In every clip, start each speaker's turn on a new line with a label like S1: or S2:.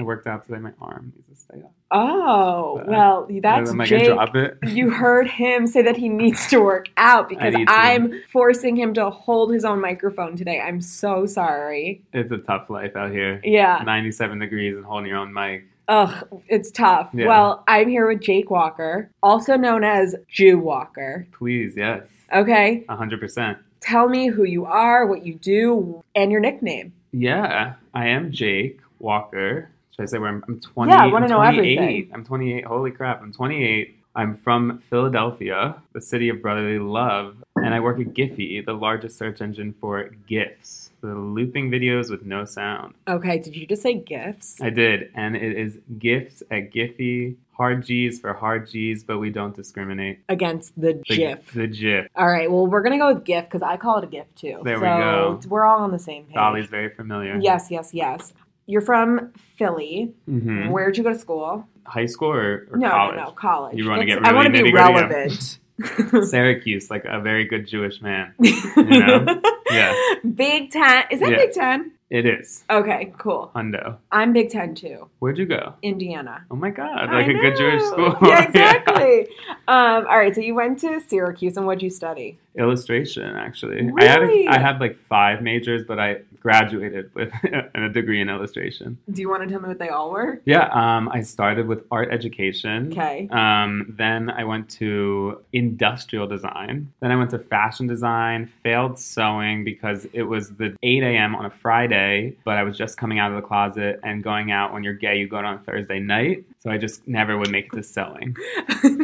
S1: I worked out today. My arm needs to stay up.
S2: Oh,
S1: But-
S2: well, that's
S1: I'm like,
S2: Jake.
S1: I drop it.
S2: You heard him say that he needs to work out because
S1: need to.
S2: I'm forcing him to hold his own microphone today. I'm so sorry.
S1: It's a tough life out here.
S2: Yeah.
S1: 97 degrees and holding your own mic.
S2: Ugh, it's tough.
S1: Yeah.
S2: Well, I'm here with Jake Walker, also known as Jew Walker.
S1: Please, yes.
S2: Okay.
S1: 100%.
S2: Tell me who you are, what you do, and your nickname.
S1: Yeah, I am Jake Walker. Should I say where I'm, I'm 20?
S2: Yeah, I wanna
S1: I'm
S2: know
S1: 28.
S2: everything.
S1: I'm 28. Holy crap, I'm 28. I'm from Philadelphia, the city of brotherly love, and I work at Giphy, the largest search engine for GIFs, the looping videos with no sound.
S2: Okay, did you just say gifts?
S1: I did, and it is GIFs at Giphy. Hard G's for hard G's, but we don't discriminate.
S2: Against the
S1: The,
S2: GIF.
S1: The GIF.
S2: All right, well, we're going to go with GIF because I call it a GIF too.
S1: There we
S2: so
S1: go.
S2: We're all on the same page.
S1: Dolly's very familiar.
S2: Yes, yes, yes. You're from Philly.
S1: hmm
S2: Where'd you go to school?
S1: High school or, or
S2: no,
S1: college?
S2: no, no, college.
S1: You wanna
S2: It's-
S1: get
S2: I want to
S1: really
S2: be relevant.
S1: Syracuse, like a very good Jewish man. You know? Yeah,
S2: Big Ten. Is that
S1: Yeah.
S2: Big Ten?
S1: it is.
S2: Okay, cool.
S1: Hundo.
S2: I'm Big Ten too.
S1: Where'd you go?
S2: Indiana.
S1: Oh my God,
S2: I
S1: like a good Jewish
S2: know.
S1: school.
S2: Yeah, exactly. Um, all right, so you went to Syracuse, and what'd you study?
S1: Illustration, actually. I had
S2: Really?
S1: a, I had like five majors, but I graduated with a degree in illustration.
S2: Do you want to tell me what they all were?
S1: Yeah, um, I started with art education.
S2: Okay.
S1: Um, then I went to industrial design. Then I went to fashion design, failed sewing because it was the 8 a.m. on a Friday, but I was just coming out of the closet and going out when you're gay, you go out on Thursday night. So I just never would make it to sewing.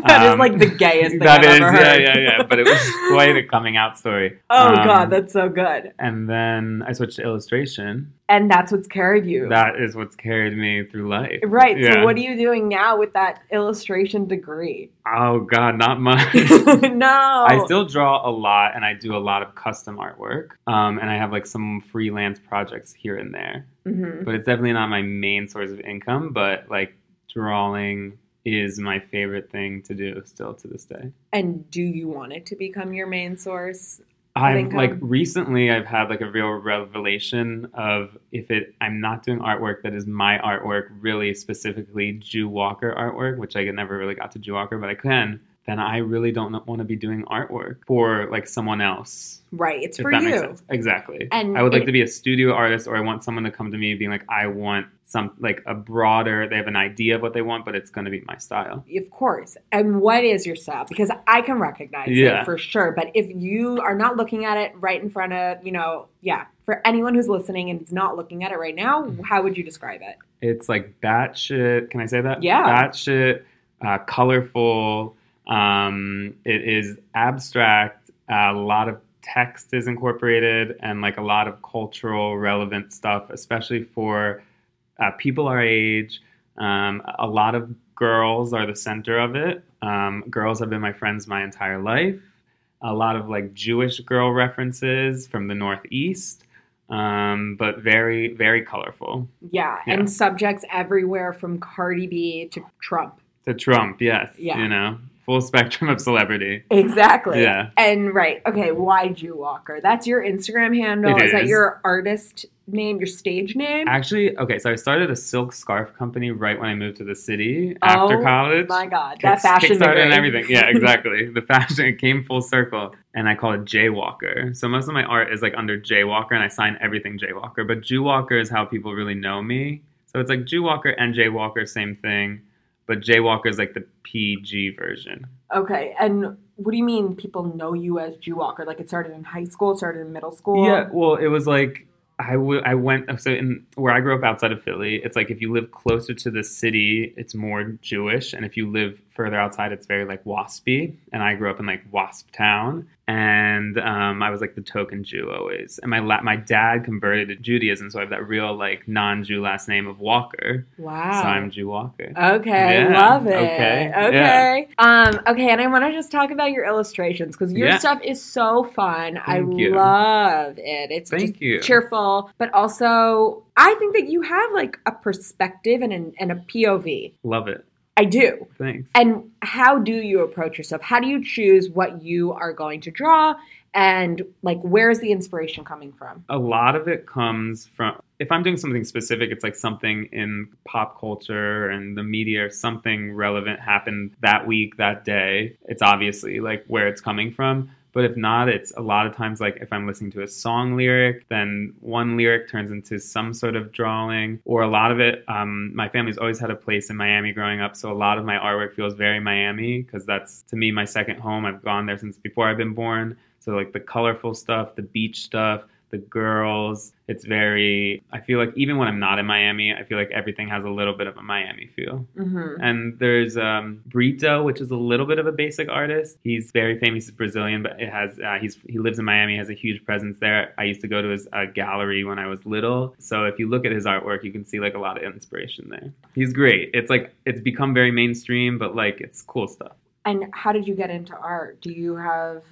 S2: That is
S1: Um,
S2: like the gayest thing
S1: That
S2: I've
S1: is,
S2: ever heard.
S1: yeah, yeah, yeah. But it was quite a coming out story.
S2: Oh
S1: Um,
S2: god, that's so good.
S1: And then I switched to illustration.
S2: And that's what's carried you.
S1: That is what's carried me through life.
S2: Right. So
S1: Yeah.
S2: what are you doing now with that illustration degree?
S1: Oh God, not much.
S2: no.
S1: I still draw a lot and I do a lot of custom artwork. Um, and I have like some freelance projects here and there.
S2: Mhm.
S1: But it's definitely not my main source of income, but like drawing is my favorite thing to do still to this day.
S2: And do you want it to become your main source?
S1: I've
S2: income.
S1: like recently I've had like a real revelation of if it I'm not doing artwork that is my artwork, really specifically Jew Walker artwork, which I never really got to Jew Walker, but I can, then I really don't want to be doing artwork for like someone else.
S2: Right. It's
S1: If
S2: for
S1: that
S2: you.
S1: makes sense. Exactly.
S2: And
S1: I would like
S2: it-
S1: to be a studio artist or I want someone to come to me being like, I want some like a broader they have an idea of what they want, but it's gonna be my style.
S2: Of course. And what is your style? Because I can recognize
S1: Yeah.
S2: it for sure. But if you are not looking at it right in front of, you know, yeah, for anyone who's listening and is not looking at it right now,
S1: Mm-hmm.
S2: how would you describe it?
S1: It's like batshit. Can I say that?
S2: Yeah.
S1: Batshit, uh, colorful. Um, it is abstract. uh, A lot of text is incorporated and like a lot of cultural relevant stuff, especially for uh, people our age. Um, a lot of girls are the center of it. Um, girls have been my friends my entire life. A lot of like Jewish girl references from the Northeast, um, but very, very colorful.
S2: Yeah.
S1: Yeah.
S2: And subjects everywhere from Cardi B to Trump.
S1: To Trump, yes.
S2: Yeah.
S1: You know, full spectrum of celebrity.
S2: Exactly.
S1: Yeah.
S2: And right. Okay. Why Jew Walker? That's your Instagram handle.
S1: It
S2: is that
S1: is.
S2: your artist name, your stage name?
S1: Actually, okay, so I started a silk scarf company right when I moved to the city
S2: Oh
S1: after college.
S2: My God,
S1: Kick-
S2: that fashion
S1: Kickstarter
S2: degree.
S1: and everything. Yeah, exactly. the fashion it came full circle. And I call it Jaywalker. So most of my art is like under Jaywalker and I sign everything Jaywalker. But Jew Walker is how people really know me. So it's like Jew Walker and Jaywalker, same thing. But Jaywalker is like the PG version.
S2: Okay, and what do you mean people know you as Jew Walker? Like it started in high school, it started in middle school.
S1: Yeah, well, it was like I w- I went uh, so in where I grew up outside of Philly. It's like if you live closer to the city, it's more Jewish, and if you live further outside, it's very like waspy. And I grew up in like Wasp Town, and um, I was like the token Jew always. And my la- my dad converted to Judaism, so I have that real like non-Jew last name of Walker.
S2: Wow. Uh,
S1: So I'm Jew Walker.
S2: Okay,
S1: Yeah,
S2: love it.
S1: okay,
S2: Okay. Um, okay, and I want to just talk about your illustrations because your
S1: Yeah.
S2: stuff is so fun. I
S1: Thank you.
S2: love it. It's
S1: Thank
S2: just
S1: you.
S2: cheerful, but also I think that you have like a perspective and an, and a POV.
S1: Love it.
S2: I do.
S1: Thanks.
S2: And how do you approach yourself? How do you choose what you are going to draw? And like, where is the inspiration coming from?
S1: a lot of it comes from if I'm doing something specific, it's like something in pop culture and the media or something relevant happened that week, that day. It's obviously like where it's coming from. But if not, it's a lot of times like if I'm listening to a song lyric, then one lyric turns into some sort of drawing, or a lot of it. Um, my family's always had a place in Miami growing up, so a lot of my artwork feels very Miami because that's to me my second home. I've gone there since before I've been born. So like the colorful stuff, the beach stuff, the girls. It's very, I feel like even when I'm not in Miami, I feel like everything has a little bit of a Miami feel.
S2: Mm-hmm.
S1: And there's um, Brito, which is a little bit of a basic artist. He's very famous. He's Brazilian, but it has uh, he's he lives in Miami. Has a huge presence there. I used to go to his uh, gallery when I was little. So if you look at his artwork, you can see like a lot of inspiration there. He's great. It's like it's become very mainstream, but like it's cool stuff.
S2: And how did you get into art? Do you have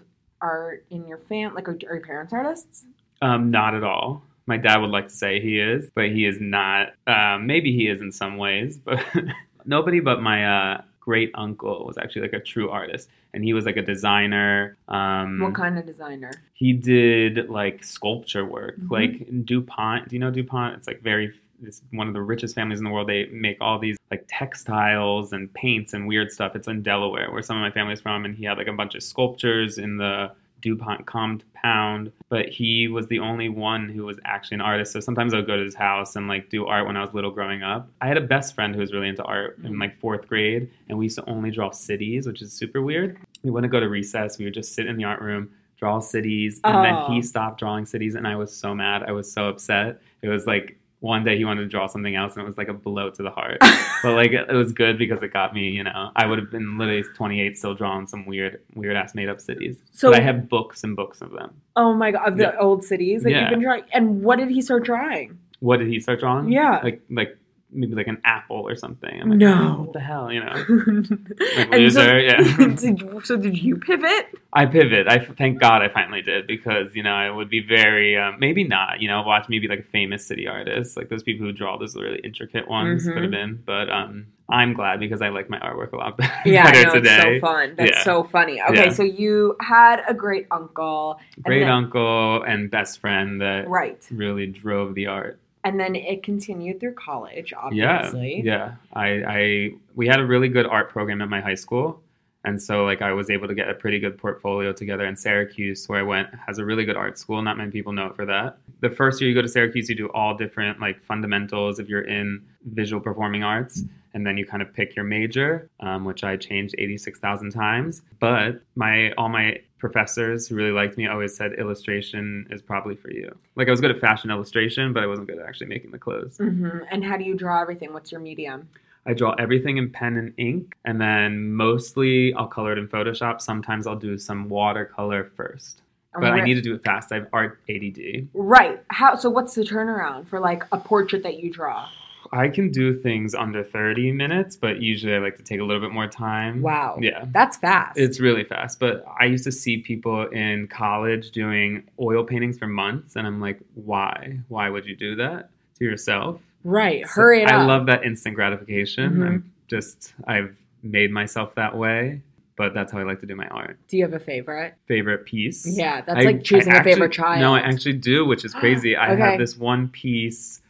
S2: art in your fam? Like, are, are your parents artists?
S1: Um, not at all. My dad would like to say he is, but he is not. Um, maybe he is in some ways, but nobody but my uh, great uncle was actually like a true artist, and he was like a designer. Um,
S2: What kind of designer?
S1: he did like sculpture work,
S2: Mhm.
S1: like DuPont. Do you know DuPont? It's like very. It's one of the richest families in the world. They make all these like textiles and paints and weird stuff. It's in Delaware, where some of my family's from, and he had like a bunch of sculptures in the DuPont compound, but he was the only one who was actually an artist. So sometimes I would go to his house and like do art when I was little growing up. I had a best friend who was really into art in like fourth grade, and we used to only draw cities, which is super weird. We wouldn't go to recess, we would just sit in the art room, draw cities, and
S2: Oh.
S1: then he stopped drawing cities, and I was so mad. I was so upset. It was like one day he wanted to draw something else, and it was like a blow to the heart. but like it was good because it got me, you know, I would have been literally 28 still drawing some weird, weird ass made up cities.
S2: So-
S1: So I have books and books of them.
S2: oh my god, of the
S1: Yeah.
S2: old cities that you've
S1: Yeah.
S2: been drawing. And what did he start drawing?
S1: What did he start drawing?
S2: Yeah.
S1: Like, like maybe like an apple or something. I'm like,
S2: No.
S1: What the hell, you know? Like
S2: and
S1: loser,
S2: so,
S1: yeah.
S2: did, so did you pivot?
S1: I pivot. I thank God I finally did because you know I would be very um, maybe not you know watch maybe like a famous city artist like those people who draw those really intricate ones
S2: Mhm.
S1: could have been. But um, I'm glad because I like my artwork a lot better
S2: Yeah, I know,
S1: today.
S2: it's so fun. That's
S1: Yeah.
S2: so funny. Okay,
S1: Yeah.
S2: so you had a great uncle,
S1: Great
S2: then-
S1: uncle and best friend that
S2: right?
S1: really drove the art.
S2: And then it continued through college, obviously.
S1: Yeah, yeah. I, I we had a really good art program at my high school, and so like I was able to get a pretty good portfolio together. And Syracuse, where I went, has a really good art school. Not many people know it for that. The first year you go to Syracuse, you do all different like fundamentals if you're in visual performing arts. And then you kind of pick your major, um, which I changed 86,000 times. But my all my professors who really liked me always said illustration is probably for you. Like I was good at fashion illustration, but I wasn't good at actually making the clothes.
S2: hmm And how do you draw everything? What's your medium?
S1: I draw everything in pen and ink, and then mostly I'll color it in Photoshop. Sometimes I'll do some watercolor first,
S2: And
S1: but I
S2: where-
S1: need to do it fast. I have art ADD.
S2: right. How? So what's the turnaround for like a portrait that you draw?
S1: I can do things under 30 minutes, but usually I like to take a little bit more time.
S2: Wow.
S1: Yeah.
S2: That's fast.
S1: It's really fast, but I used to see people in college doing oil paintings for months, and I'm like, why? Why would you do that to yourself?
S2: right.
S1: So
S2: Hurry it
S1: I
S2: up.
S1: love that instant gratification.
S2: Mhm.
S1: I'm just I've made myself that way, but that's how I like to do my art.
S2: do you have a favorite?
S1: Favorite piece?
S2: Yeah, that's
S1: I-
S2: like choosing
S1: I
S2: a favorite
S1: actually-
S2: child.
S1: No, I actually do, which is crazy. I
S2: Okay.
S1: have this one piece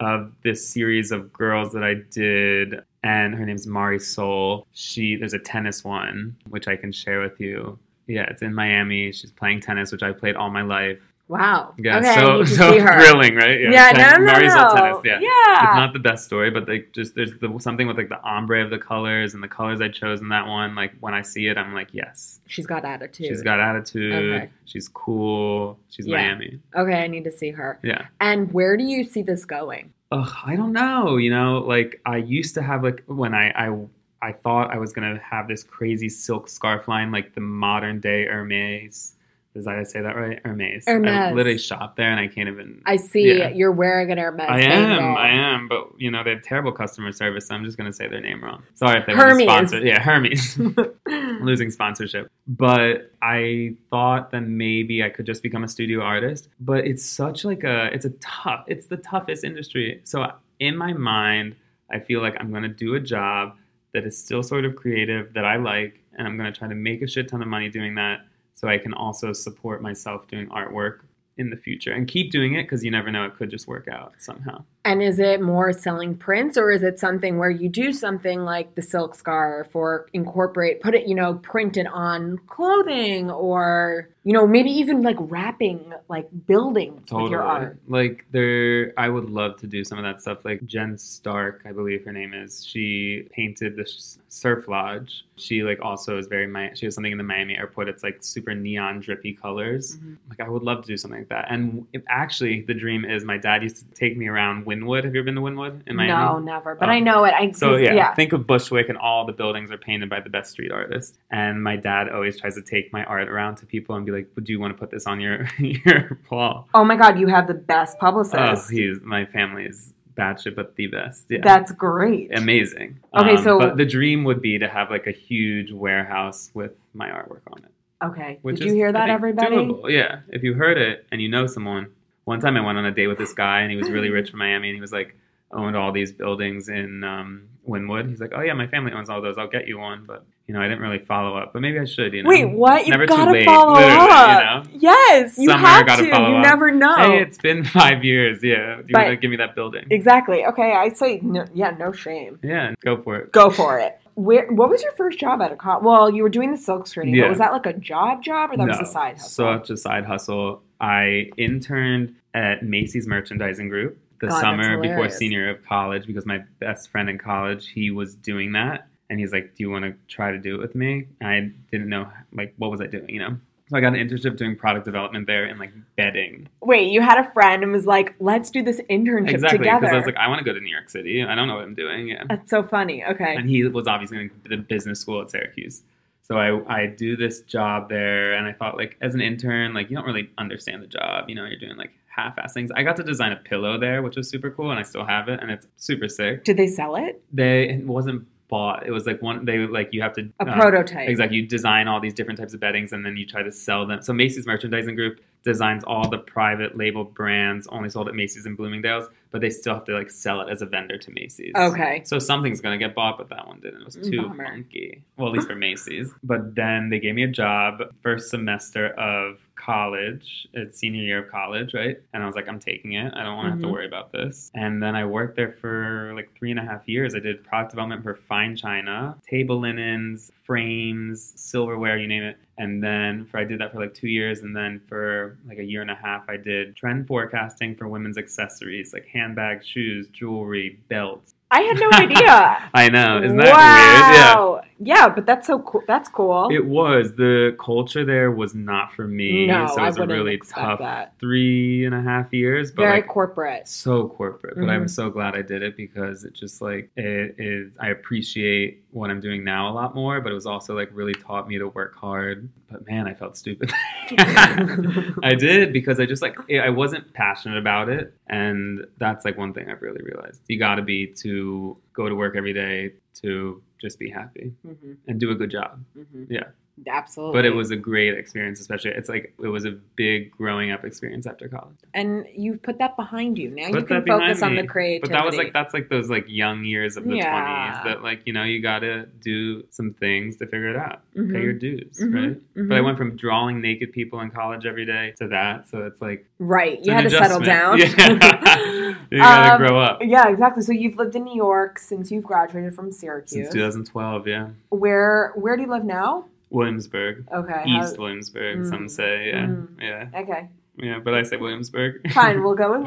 S1: of this series of girls that I did, and her name's Mari Soul. She there's a tennis one which I can share with you. Yeah, it's in Miami. She's playing tennis, which I played all my life.
S2: Wow.
S1: Yeah,
S2: okay, I
S1: so
S2: need to
S1: so
S2: see her.
S1: thrilling, right?
S2: Yeah,
S1: ten-
S2: no, no,
S1: Mari Soul
S2: no.
S1: tennis. Yeah. It's
S2: yeah.
S1: not the best story, but like just there's the, something with like the ombre of the colors and the colors I chose in that one. Like when I see it, I'm like, yes,
S2: She's got attitude.
S1: she's got attitude.
S2: Okay.
S1: She's cool. She's
S2: Yeah.
S1: Miami.
S2: okay, I need to see her.
S1: Yeah.
S2: And where do you see this going?
S1: Ugh, I don't know. You know, like I used to have like when I I I thought I was gonna have this crazy silk scarf line like the modern day Hermes. Does I say that right? Hermes. I
S2: Hermes.
S1: literally shop there and I can't even.
S2: I see
S1: Yeah.
S2: you're wearing an Hermes.
S1: I am,
S2: bangle.
S1: I am, but you know they have terrible customer service. So I'm just gonna say their name wrong. Sorry if they
S2: Hermes.
S1: want to sponsor. Yeah, Hermes. losing sponsorship. But I thought that maybe I could just become a studio artist. But it's such like a it's a tough it's the toughest industry. So in my mind, I feel like I'm gonna do a job that is still sort of creative that I like, and I'm going to try to make a shit ton of money doing that so I can also support myself doing artwork in the future and keep doing it because you never know it could just work out somehow.
S2: And is it more selling prints or is it something where you do something like the silk scarf or incorporate, put it, you know, print it on clothing or, you know, maybe even like wrapping, like building with your art?
S1: Like there I would love to do some of that stuff like Jen Stark, I believe her name is. She painted the s- Surf Lodge. She like also is very Mi- she has something in the Miami airport. It's like super neon drippy colors.
S2: Mhm.
S1: Like I would love to do something like that. And it, actually the dream is my dad used to take me around Wynwood. Have you ever been to Wynwood in Miami?
S2: No, never. But
S1: Oh.
S2: I know it. I
S1: So yeah, think of Bushwick and all the buildings are painted by the best street artists. And my dad always tries to take my art around to people and be like, "Do you want to put this on your your wall?"
S2: Oh my God, you have the best publicist.
S1: Oh, he's my family is bad shit, but the best. Yeah,
S2: That's great.
S1: amazing. Um,
S2: Okay, so-
S1: but the dream would be to have like a huge warehouse with my artwork on it.
S2: Okay.
S1: Which
S2: Did
S1: is,
S2: you hear
S1: I
S2: that,
S1: think,
S2: everybody?
S1: Doable. Yeah. If you heard it and you know someone, one time I went on a date with this guy and he was really rich from Miami and he was like owned all these buildings in um, Wynwood. He's like, oh yeah, my family owns all those. I'll get you one, but you know, I didn't really follow up. But maybe I should. You know,
S2: Wait, what?
S1: It's
S2: You
S1: never too
S2: gotta
S1: late,
S2: follow
S1: literally, you
S2: up.
S1: know?
S2: Yes, you
S1: Somewhere
S2: have
S1: gotta
S2: to. You
S1: follow up.
S2: never know.
S1: Hey, it's been five years. Yeah, you
S2: But-
S1: want to give me that building?
S2: Exactly. Okay, I say no, yeah, no shame.
S1: Yeah, go for it.
S2: Go for it. Where? What was your first job at a cop? Well, you were doing the silk screening,
S1: Yeah.
S2: but was that like a job job or that was
S1: No,
S2: a side hustle?
S1: Such a side hustle. I interned at Macy's Merchandising Group the
S2: God, that's
S1: summer before
S2: hilarious.
S1: senior year of college because my best friend in college he was doing that and he's like, "Do you want to try to do it with me?" And I didn't know like what was I doing, you know. So I got an internship doing product development there and like bedding.
S2: Wait, you had a friend and was like, "Let's do this internship
S1: Exactly,
S2: together."
S1: because I was like, I want to go to New York City. I don't know what I'm doing. Yeah.
S2: "That's so funny." Okay,
S1: and he was obviously in the business school at Syracuse. So I, I do this job there, and I thought like as an intern, like you don't really understand the job, you know, you're doing like half-ass things. I got to design a pillow there, which was super cool, and I still have it, and it's super sick.
S2: did they sell it?
S1: They it wasn't bought; it was like one they like you have to
S2: A
S1: uh,
S2: prototype.
S1: Exactly. You design all these different types of beddings and then you try to sell them. So Macy's Merchandising Group designs all the private label brands only sold at Macy's and Bloomingdale's, but they still have to like sell it as a vendor to Macy's.
S2: Okay.
S1: So something's gonna get bought, but that one didn't. It was too
S2: Bummer.
S1: funky. Well, at least for Macy's. But then they gave me a job first semester of college, it's senior year of college, right? And I was like, I'm taking it. I don't want to have
S2: Mhm.
S1: to worry about this. And then I worked there for like three and a half years. I did product development for fine china, table linens, frames, silverware, you name it. And then for I did that for like two years, and then for like a year and a half, I did trend forecasting for women's accessories, like handbags, shoes, jewelry, belts.
S2: I had no idea.
S1: I know. Isn't that weird?
S2: wow. Yeah. but that's so cool. That's cool.
S1: Yeah. It was. The culture there was not for me.
S2: no,
S1: so it
S2: I
S1: was a
S2: wouldn't
S1: really
S2: expect
S1: tough
S2: that.
S1: three and a half years, but
S2: Very
S1: like
S2: corporate.
S1: so corporate. But I'm
S2: Mhm.
S1: so glad I did it because it just like it is I appreciate what I'm doing now a lot more, but it was also like really taught me to work hard. But man, I felt stupid. I did because I just like I wasn't passionate about it, and that's like one thing I've really realized. You got to be to go to work every day to just be happy
S2: Mhm,
S1: and do a good job.
S2: mhm.
S1: Yeah.
S2: Absolutely.
S1: But it was a great experience, especially it's like it was a big growing up experience after college.
S2: and you put that behind you. Now you
S1: Put
S2: can
S1: that behind
S2: focus on
S1: me.
S2: the creativity.
S1: But that was like that's like those like young years of the
S2: Yeah.
S1: twenties that like you know you got to do some things to figure it out,
S2: Mhm,
S1: pay your dues,
S2: mhm,
S1: right?
S2: mhm.
S1: But I went from drawing naked people in college every day to that, so it's like
S2: right.
S1: it's
S2: You
S1: an
S2: had to settle down.
S1: adjustment. Yeah. you gotta
S2: Um,
S1: grow up.
S2: Yeah, exactly. So you've lived in New York since you've graduated from Syracuse.
S1: Since 2012, yeah.
S2: Where Where do you live now?
S1: Williamsburg,
S2: Okay. how-
S1: East Williamsburg, some
S2: Mm.
S1: say, yeah,
S2: Mm.
S1: yeah,
S2: okay.
S1: yeah. But I say Williamsburg.
S2: Fine. We'll go with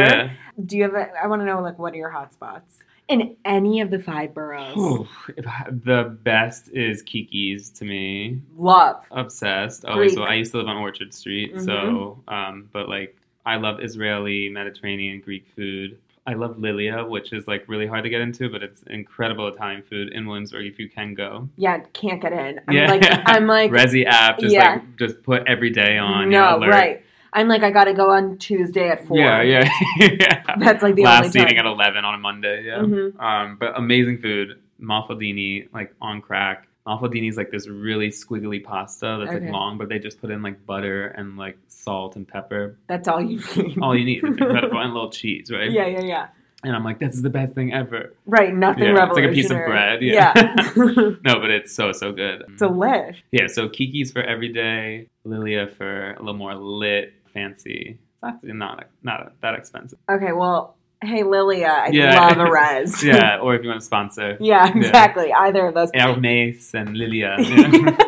S1: yeah.
S2: Do you have? A, I want to know like what are your hot spots in any of the five boroughs?
S1: Whew. If I- the best is Kiki's to me.
S2: Love.
S1: Obsessed. Always.
S2: Greek. Mm-hmm.
S1: Well, I used to live on Orchard Street, so um, but like I love Israeli, Mediterranean, Greek food. I love Lilia, which is like really hard to get into, but it's incredible Italian food in Williamsburg if you can go.
S2: Yeah, can't get in. I'm
S1: Yeah.
S2: like I'm like
S1: Resi app, just
S2: yeah.
S1: like just put every day on. you know,
S2: no
S1: alert.
S2: right. I'm like I got to go on Tuesday at four.
S1: Yeah, yeah, yeah.
S2: That's like the
S1: last
S2: only
S1: eating
S2: time.
S1: at 11 on a monday yeah
S2: Mhm.
S1: um but amazing food malfadini like on crack malfadini is like this really squiggly pasta that's
S2: Okay.
S1: like long but they just put in like butter and like salt and pepper
S2: That's all you need.
S1: all you need it's incredible and a little cheese right
S2: Yeah, yeah, yeah.
S1: and I'm like, this is the best thing ever.
S2: Right, nothing
S1: Yeah, it's like a
S2: revolutionary.
S1: piece of bread, yeah.
S2: Yeah.
S1: No, but it's so so good.
S2: Delish.
S1: Yeah, so Kiki's for everyday, Lilia for a little more lit, fancy. It's actually not not that expensive.
S2: Okay, well, hey, Lilia, I
S1: Yeah.
S2: love a res.
S1: Yeah, or if you want to sponsor,
S2: Yeah, exactly. Either of those.
S1: Hermes and Lilia yeah.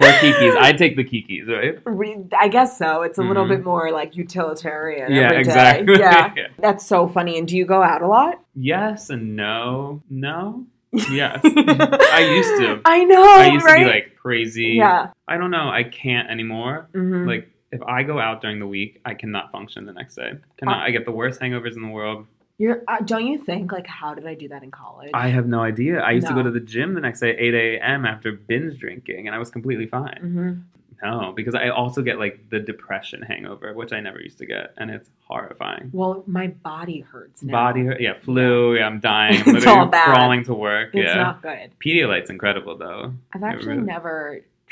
S1: or Kiki's. I take the Kiki's, right?
S2: Re- I guess so. It's a little
S1: Mhm.
S2: bit more like utilitarian.
S1: yeah,
S2: every day.
S1: exactly.
S2: Yeah. That's so funny. And do you go out a lot?
S1: Yes and no, no. Yes, I used to.
S2: I know.
S1: I used
S2: right?
S1: to be like crazy.
S2: yeah.
S1: I don't know. I can't anymore.
S2: Mhm.
S1: Like if I go out during the week, I cannot function the next day.
S2: Uh,
S1: Cannot. I get the worst hangovers in the world.
S2: You're, uh, don't you think like how did I do that in college?
S1: I have no idea. I used to
S2: No.
S1: go to the gym the next day, at 8 a.m. after binge drinking, and I was completely fine.
S2: hmm
S1: No, because I also get like the depression hangover, which I never used to get, and it's horrifying.
S2: Well, my body hurts now.
S1: Body hurt, yeah, flu, yeah, I'm dying, I'm
S2: It's
S1: literally
S2: all bad.
S1: crawling to work.
S2: It's
S1: yeah,
S2: not good.
S1: Pedialyte's incredible though.
S2: I've
S1: It
S2: actually
S1: really-
S2: never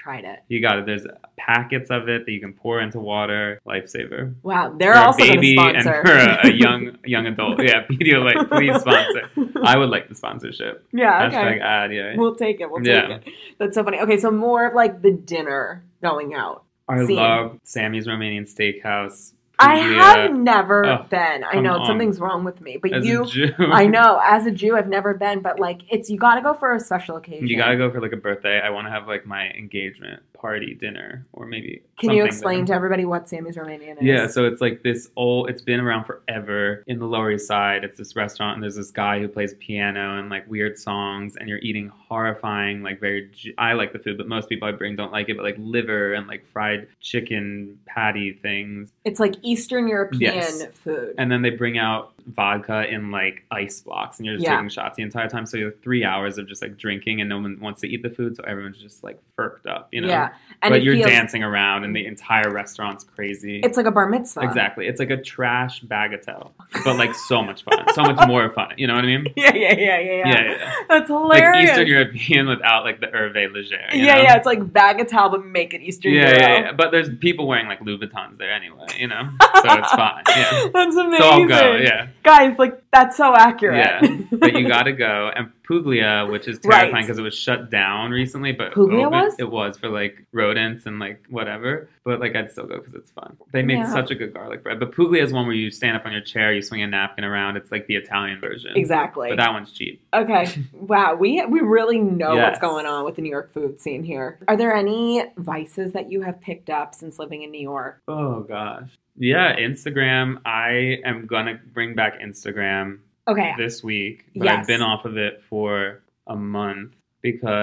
S2: tried it.
S1: You got it. There's packets of it that you can pour into water. Lifesaver.
S2: Wow, they're
S1: For a
S2: also going to
S1: baby
S2: sponsor.
S1: and for a, a young young adult. Yeah, Pedialyte, please sponsor. I would like the sponsorship.
S2: yeah, okay.
S1: Hashtag ad, yeah.
S2: We'll take it. We'll
S1: Yeah.
S2: take it. That's so funny. Okay, so more of like the dinner going out.
S1: I
S2: Scene.
S1: love Sammy's Romanian Steakhouse.
S2: I have
S1: Puglia.
S2: never
S1: Oh,
S2: been. I
S1: come
S2: know
S1: on.
S2: something's wrong with me, but
S1: As a
S2: you,
S1: Jew,
S2: I know, as a Jew, I've never been. But like, it's you got to go for a special occasion.
S1: You gotta go for like a birthday. I want to have like my engagement party dinner, or maybe.
S2: Can you
S1: something
S2: explain
S1: there.
S2: to everybody what Sammy's Romanian is?
S1: Yeah, so it's like this old. It's been around forever in the Lower East Side. It's this restaurant, and there's this guy who plays piano and like weird songs, and you're eating horrifying, like very. J- I like the food, but most people I bring don't like it. But like liver and like fried chicken patty things,
S2: It's like Eastern European
S1: Yes.
S2: food.
S1: and then they bring out vodka in like ice blocks, and you're just
S2: Yeah.
S1: taking shots the entire time. So you're three hours of just like drinking, and no one wants to eat the food, so everyone's just like furked up, you know.
S2: yeah, and
S1: but
S2: it
S1: you're
S2: feels,
S1: dancing around, and the entire restaurant's crazy.
S2: It's like a bar mitzvah.
S1: Exactly. It's like a trash bagatelle, but like so much fun, so much more fun. You know what I mean?
S2: Yeah, yeah, yeah, yeah, yeah.
S1: Yeah, yeah. yeah.
S2: That's
S1: Like
S2: hilarious.
S1: Eastern European without like the Hervé Leger. you
S2: yeah,
S1: know?
S2: yeah. It's like bagatelle, but make it Eastern
S1: Yeah,
S2: Europe.
S1: yeah, yeah. But there's people wearing like Louboutins there anyway, you know? So it's fine. Yeah.
S2: That's amazing.
S1: So I'll go, yeah.
S2: Guys, like that's so accurate.
S1: Yeah, But you gotta go. And Puglia, which is
S2: Right.
S1: terrifying because it was shut down recently, but
S2: Puglia was?
S1: it was for like rodents and like whatever. But like I'd still go because it's fun. They make
S2: Yeah.
S1: such a good garlic bread. But Puglia is one where you stand up on your chair, you swing a napkin around. It's like the Italian version.
S2: exactly.
S1: But that one's cheap.
S2: okay. Wow. We we really know what's
S1: Yes.
S2: going on with the New York food scene here. Are there any vices that you have picked up since living in New York?
S1: Oh gosh. Yeah, Instagram. I am gonna bring back Instagram
S2: Okay.
S1: this week, but
S2: Yes.
S1: I've been off of it for a month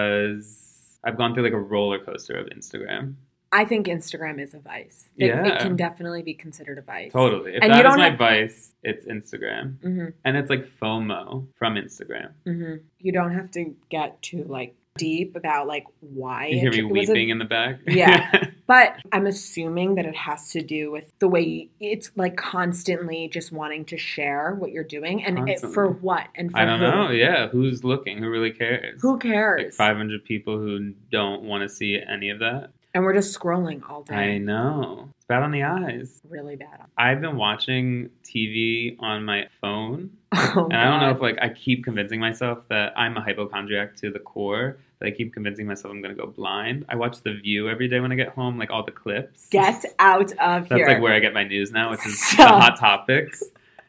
S1: because I've gone through like a roller coaster of Instagram.
S2: I think Instagram is a vice. It, it
S1: Yeah.
S2: can definitely be considered a vice.
S1: Totally. If
S2: And
S1: that
S2: you
S1: is
S2: don't
S1: my
S2: have-
S1: vice, it's Instagram.
S2: hmm
S1: And it's like FOMO from Instagram.
S2: hmm You don't have to get too like deep about like why
S1: You hear
S2: it
S1: me
S2: was a-
S1: weeping in the back?
S2: Yeah. But I'm assuming that it has to do with the way you- it's like constantly just wanting to share what you're doing and it,
S1: Constantly.
S2: for what and for
S1: I don't
S2: who.
S1: know. Yeah. Who's looking? Who really cares?
S2: Who
S1: Like
S2: cares?
S1: 500 people who don't want to see any of that.
S2: and we're just scrolling all
S1: I
S2: day.
S1: know. It's bad on the eyes.
S2: Really bad.
S1: I've been watching TV on my phone
S2: Oh,
S1: And I don't know
S2: God.
S1: if like I keep convincing myself that I'm a hypochondriac to the core. That I keep convincing myself I'm gonna go blind. I watch The View every day when I get home, like all the clips.
S2: Get out of
S1: That's
S2: here.
S1: like where I get my news now, which is the
S2: Stop.
S1: hot topics.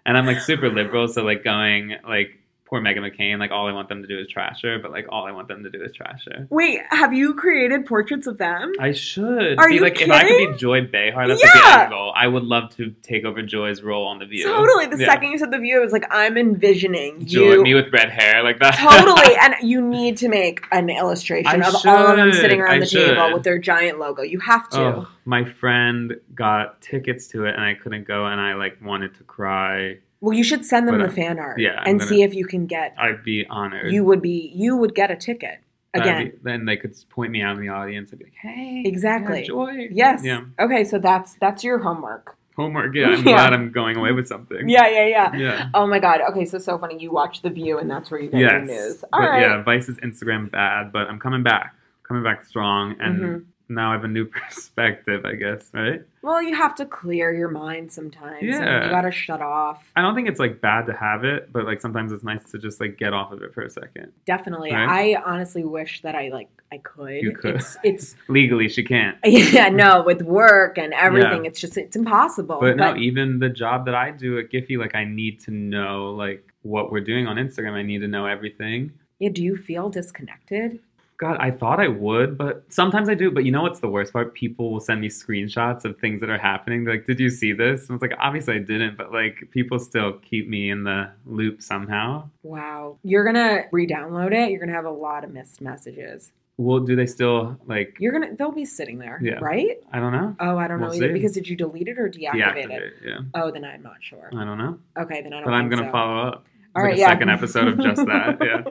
S1: And I'm like super liberal, so like going like poor Megan McCain, like all I want them to do is trash her, but like all I want them to do is trash her.
S2: Wait, have you created portraits of them?
S1: I should.
S2: Are
S1: See,
S2: you
S1: like if I could
S2: kidding?
S1: be Joy Behar, that's like
S2: Yeah.
S1: the end goal. I would love to take over Joy's role on The View.
S2: Totally. The
S1: Yeah.
S2: second you said the view, it was like I'm envisioning
S1: Joy,
S2: you
S1: me with red hair, like that.
S2: totally. And you need to make an illustration
S1: I
S2: of all of them
S1: should.
S2: sitting around
S1: I
S2: the
S1: should.
S2: table with their giant logo. You have to.
S1: Oh, my friend got tickets to it and I couldn't go and I like wanted to cry.
S2: Well, you should send them
S1: But,
S2: the
S1: uh,
S2: fan art
S1: yeah, I'm
S2: and
S1: gonna-
S2: see if you can get.
S1: I'd be honored.
S2: You would be. You would get a ticket
S1: That'd
S2: again.
S1: be- then they could point me out in the audience and be like, hey.
S2: Exactly.
S1: yeah, joy.
S2: Yes.
S1: Yeah.
S2: Okay, so that's that's your homework.
S1: Homework. Yeah. I'm
S2: Yeah.
S1: glad I'm going away with something.
S2: Yeah, yeah, yeah.
S1: Yeah.
S2: Oh my god. Okay, so so funny. You watch The View, and that's where you get your
S1: Yes.
S2: news.
S1: but
S2: All right.
S1: yeah, Vice's Instagram bad, but I'm coming back. Coming back strong and
S2: Mm-hmm.
S1: now I have a new perspective, I guess, right?
S2: Well, you have to clear your mind sometimes. and
S1: Yeah.
S2: You gotta shut off.
S1: I don't think it's like bad to have it, but like sometimes it's nice to just like get off of it for a second.
S2: Definitely.
S1: Right.
S2: I honestly wish that I like I could.
S1: You could.
S2: It's it's
S1: Legally, she can't.
S2: yeah, no, with work and everything, it's just it's impossible.
S1: But no, even the job that I do at Giphy, like I need to know like what we're doing on Instagram. I need to know everything.
S2: yeah, do you feel disconnected?
S1: God, I thought I would, but sometimes I do. But you know what's the worst part? People will send me screenshots of things that are happening. They're like, did you see this? And I was like, obviously I didn't, but like people still keep me in the loop somehow.
S2: Wow. You're gonna re-download it, you're gonna have a lot of missed messages.
S1: Well, do they still like,
S2: You're gonna they'll be sitting there,
S1: Yeah.
S2: right?
S1: I don't know,
S2: Oh, I don't know
S1: We'll
S2: either.
S1: see.
S2: Because did you delete it or deactivate, it?
S1: deactivate? Yeah.
S2: Oh, then I'm not sure.
S1: I don't know.
S2: Okay, then I don't
S1: But I'm
S2: think
S1: going to
S2: so.
S1: follow up.
S2: All
S1: like
S2: right,
S1: a
S2: yeah.
S1: second episode of just that, yeah.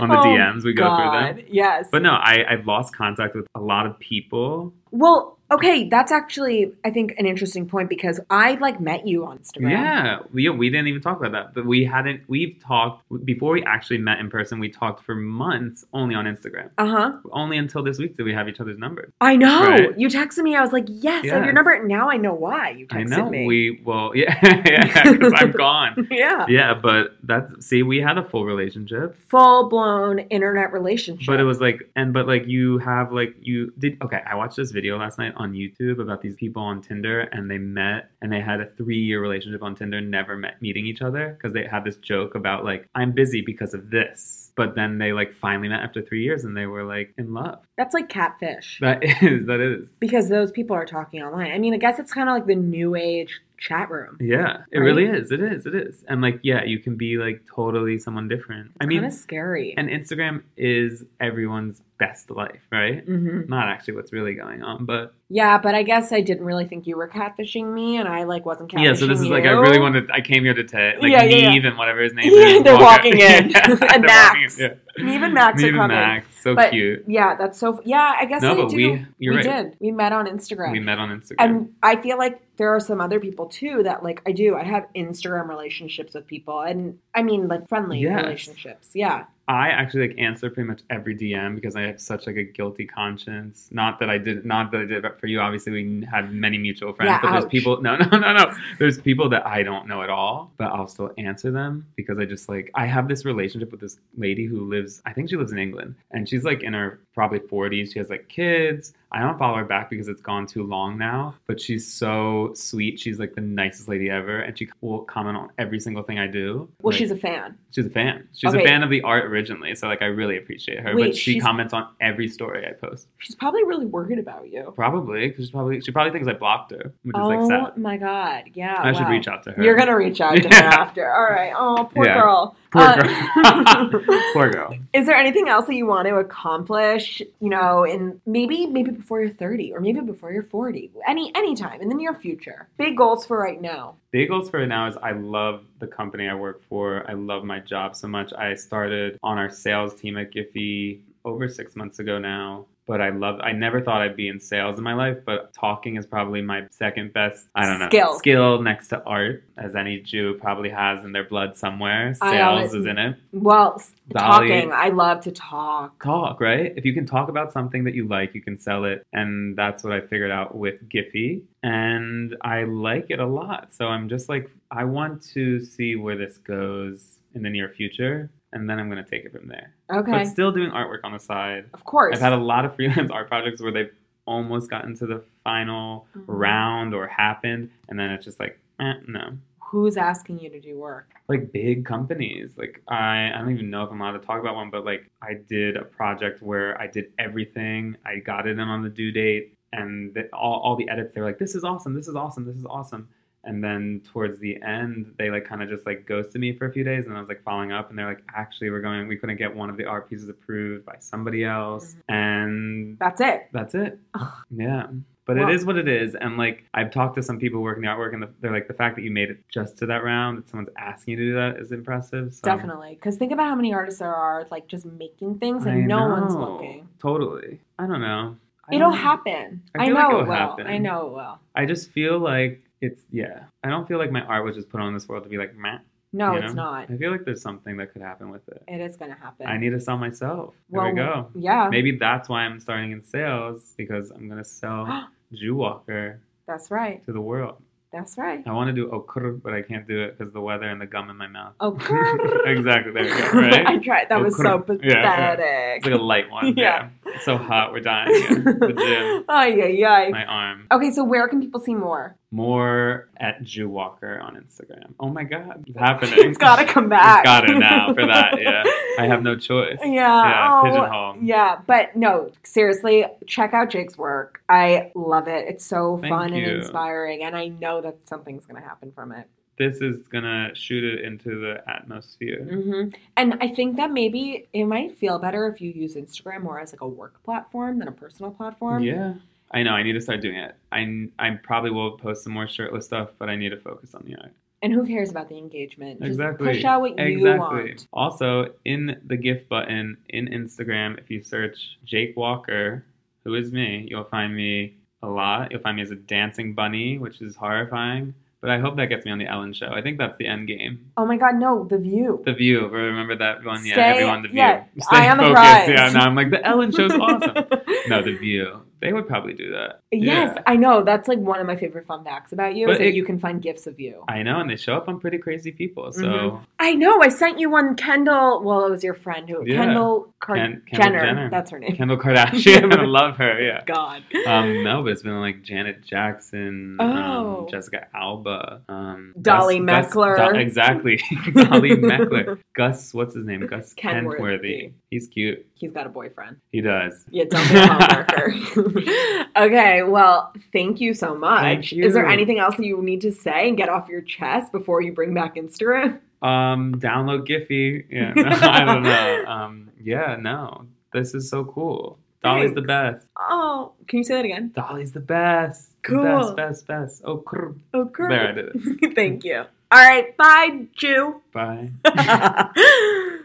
S1: On the
S2: Oh,
S1: DMs, we go through them.
S2: God, Yes.
S1: But no, I, I've lost contact with a lot of people.
S2: Well, okay, that's actually I think an interesting point because I like met you on Instagram.
S1: Yeah, we, yeah, we didn't even talk about that. But we hadn't. We've talked before we actually met in person. We talked for months only on Instagram.
S2: Uh huh.
S1: Only until this week did we have each other's numbers.
S2: I know.
S1: Right.
S2: You texted me. I was like, yes, I have your
S1: Yes.
S2: number. Now I know why you texted
S1: I know
S2: me.
S1: we. Well, yeah, yeah, because I'm gone.
S2: yeah.
S1: Yeah, but that's see, we had a full relationship.
S2: Full blown internet relationship.
S1: But it was like, and but like you have like you did. Okay, I watched this video last night on YouTube about these people on Tinder, and they met, and they had a three-year relationship on Tinder, never met meeting each other because they had this joke about like I'm busy because of this. But then they like finally met after three years, and they were like in love.
S2: that's like catfish
S1: That is that is
S2: because those people are talking online. I mean, I guess it's kind of like the new age chat room.
S1: yeah. It
S2: Right?
S1: really is. It is. It is. And like yeah, you can be like totally someone different. I mean,
S2: kind of scary.
S1: and Instagram is everyone's best life, right?
S2: hmm
S1: Not actually what's really going on, but
S2: Yeah, but I guess I didn't really think you were catfishing me, and I like wasn't catfishing
S1: Yeah, so this is like I
S2: you.
S1: really wanted. I came here to tell like
S2: Yeah,
S1: yeah,
S2: yeah,
S1: Neve and whatever his name
S2: Yeah,
S1: is.
S2: they're
S1: walk
S2: walking
S1: out.
S2: in. And
S1: they're walking
S2: Max.
S1: in,
S2: Neve
S1: yeah.
S2: and Max are
S1: Neve and
S2: coming.
S1: Max, so
S2: But-
S1: cute.
S2: Yeah, that's so. Yeah, I guess
S1: No,
S2: I
S1: but
S2: do.
S1: we, you're
S2: we
S1: right.
S2: did. We met on Instagram.
S1: We met on Instagram.
S2: and I feel like there are some other people too that like I do. I have Instagram relationships with people, and I mean like friendly
S1: Yes.
S2: relationships. Yeah,
S1: I actually like answer pretty much every DM because I have such like a guilty conscience. Not that I did, not that I did, but for you, obviously we had many mutual friends.
S2: Yeah,
S1: but there's
S2: ouch.
S1: people, no, no, no, no. There's people that I don't know at all, but I'll still answer them because I just like I have this relationship with this lady who lives. I think she lives in England, and she's like in her probably 40s. She has like kids. I don't follow her back because it's gone too long now. But she's so sweet. She's like the nicest lady ever, and she will comment on every single thing I do.
S2: well,
S1: Like,
S2: she's a fan.
S1: She's a fan. She's
S2: Okay.
S1: a fan of the art originally, so like I really appreciate her.
S2: Wait,
S1: but she
S2: she's-
S1: comments on every story I post.
S2: She's probably really worried about you.
S1: Probably because she probably she probably thinks I blocked her, which is
S2: Oh
S1: like sad.
S2: my god! Yeah,
S1: I should
S2: wow.
S1: reach out to her.
S2: You're gonna reach out to her
S1: Yeah.
S2: after. All right. Oh, poor
S1: Yeah.
S2: girl.
S1: poor
S2: Uh,
S1: girl. poor girl.
S2: Is there anything else that you want to accomplish? You know, in maybe maybe before you're 30, or maybe before you're 40, any any time in the near future. Big goals for right now.
S1: Big goals for now is I love the company I work for. I love my job so much. I started on our sales team at Giphy over six months ago now. But I love. I never thought I'd be in sales in my life, but talking is probably my second best. I don't know
S2: Skill.
S1: skill next to art, as any Jew probably has in their blood somewhere.
S2: I always-
S1: Sales is in it.
S2: Well, s-
S1: Dolly.
S2: talking. I love to talk.
S1: Talk right. If you can talk about something that you like, you can sell it, and that's what I figured out with Giphy, and I like it a lot. So I'm just like, I want to see where this goes in the near future, and then I'm gonna take it from there.
S2: Okay,
S1: But still doing artwork on the side.
S2: of course.
S1: I've had a lot of freelance art projects where they've almost gotten to the final
S2: Mhm.
S1: round or happened, and then it's just like, eh, no.
S2: Who's asking you to do work?
S1: Like big companies. Like I, I don't even know if I'm allowed to talk about one, but like I did a project where I did everything. I got it in on the due date, and the, all all the edits. They're like, this is awesome. This is awesome. This is awesome. And then towards the end, they like kind of just like ghosted me for a few days, and I was like following up, and they're like, actually, we're going. We couldn't get one of the art pieces approved by somebody else, and
S2: That's it.
S1: that's it.
S2: Ugh.
S1: Yeah. But
S2: Wow.
S1: it is what it is. And like, I've talked to some people working the artwork, and the, they're like, the fact that you made it just to that round, that someone's asking you to do that is impressive. So.
S2: Definitely. Because think about how many artists there are, like just making things
S1: I
S2: and no one's
S1: know.
S2: looking.
S1: Totally. I don't know. I
S2: It'll
S1: don't-
S2: happen.
S1: I
S2: I,
S1: feel
S2: know
S1: like
S2: it
S1: it'll
S2: will.
S1: happen.
S2: I know it will.
S1: I just feel like it's, yeah. I don't feel like my art was just put on this world to be like, meh.
S2: No,
S1: you
S2: it's
S1: know?
S2: not.
S1: I feel like there's something that could happen with it.
S2: It is going to happen.
S1: I need to sell myself. There
S2: well,
S1: we go.
S2: Yeah,
S1: Maybe that's why I'm starting in sales because I'm gonna sell Jew Walker
S2: that's right.
S1: to the world.
S2: That's right.
S1: I want to do okur, but I can't do it because the weather and the gum in my mouth.
S2: Oh, grrr.
S1: exactly. There we go. Right.
S2: I tried. That
S1: Oh,
S2: was so
S1: grrr. Yeah, yeah.
S2: pathetic.
S1: It's like a light one.
S2: Yeah.
S1: Yeah. It's so hot. We're dying. Here. The gym.
S2: Oh yeah, yeah.
S1: My arm.
S2: Okay, so where can people see more?
S1: More at Jew Walker on Instagram. Oh my God. It's happening.
S2: it's got to come back.
S1: It's gotta now for that, yeah. I have no choice.
S2: Yeah.
S1: Yeah.
S2: oh,
S1: Pigeonhole.
S2: Yeah, but no, seriously, check out Jake's work. I love it. It's so
S1: Thank
S2: fun
S1: you.
S2: and inspiring, and I know that something's going to happen from it.
S1: This is gonna shoot it into the atmosphere.
S2: hmm And I think that maybe it might feel better if you use Instagram more as like a work platform than a personal platform.
S1: Yeah. I know. I need to start doing it. I, I probably will post some more shirtless stuff, but I need to focus on the art.
S2: And who cares about the engagement? Just
S1: Exactly.
S2: push out what you
S1: exactly.
S2: want.
S1: Also, in the gift button in Instagram, if you search Jake Walker, who is me, you'll find me a lot. You'll find me as a dancing bunny, which is horrifying. But I hope that gets me on the Ellen show. I think that's the end game.
S2: Oh my God, no, the view.
S1: The View. Remember that one? Yeah,
S2: Stay-
S1: everyone, The View.
S2: yeah, eye on the prize.
S1: Yeah, now I'm like, the Ellen show's awesome. No, The View. They would probably do that.
S2: Yes,
S1: Yeah.
S2: I know. That's like one of my favorite fun facts about you
S1: But
S2: is that
S1: it-
S2: you can find gifts of you.
S1: I know, and they show up on pretty crazy people. So,
S2: Mhm. I know. I sent you one Kendall. Well, it was your friend who
S1: Yeah.
S2: Kendall, Car-
S1: Ken- Kendall
S2: Jenner,
S1: Jenner.
S2: That's her name.
S1: Kendall Kardashian, I love her. Yeah.
S2: God.
S1: um, no, but it's been like Janet Jackson,
S2: Oh.
S1: um, Jessica Alba, um,
S2: Dolly Meckler.
S1: Do- exactly, Dolly Meckler. Gus, what's his name? Gus
S2: Kenworthy.
S1: Kenworthy. He's cute.
S2: He's got a boyfriend.
S1: He does.
S2: Yeah, don't be a homewrecker. okay, well, thank you so much.
S1: Thank you.
S2: Is there anything else that you need to say and get off your chest before you bring back Instagram?
S1: Um, download Giphy. Yeah, no, I don't know. Um, yeah, no, this is so cool. Dolly's the best.
S2: Oh, can you say that again?
S1: Dolly's the best. The
S2: Cool.
S1: Best, best, best. Oh, crrr.
S2: Oh, girl.
S1: there I did it.
S2: thank you. All right, bye, Jew.
S1: Bye.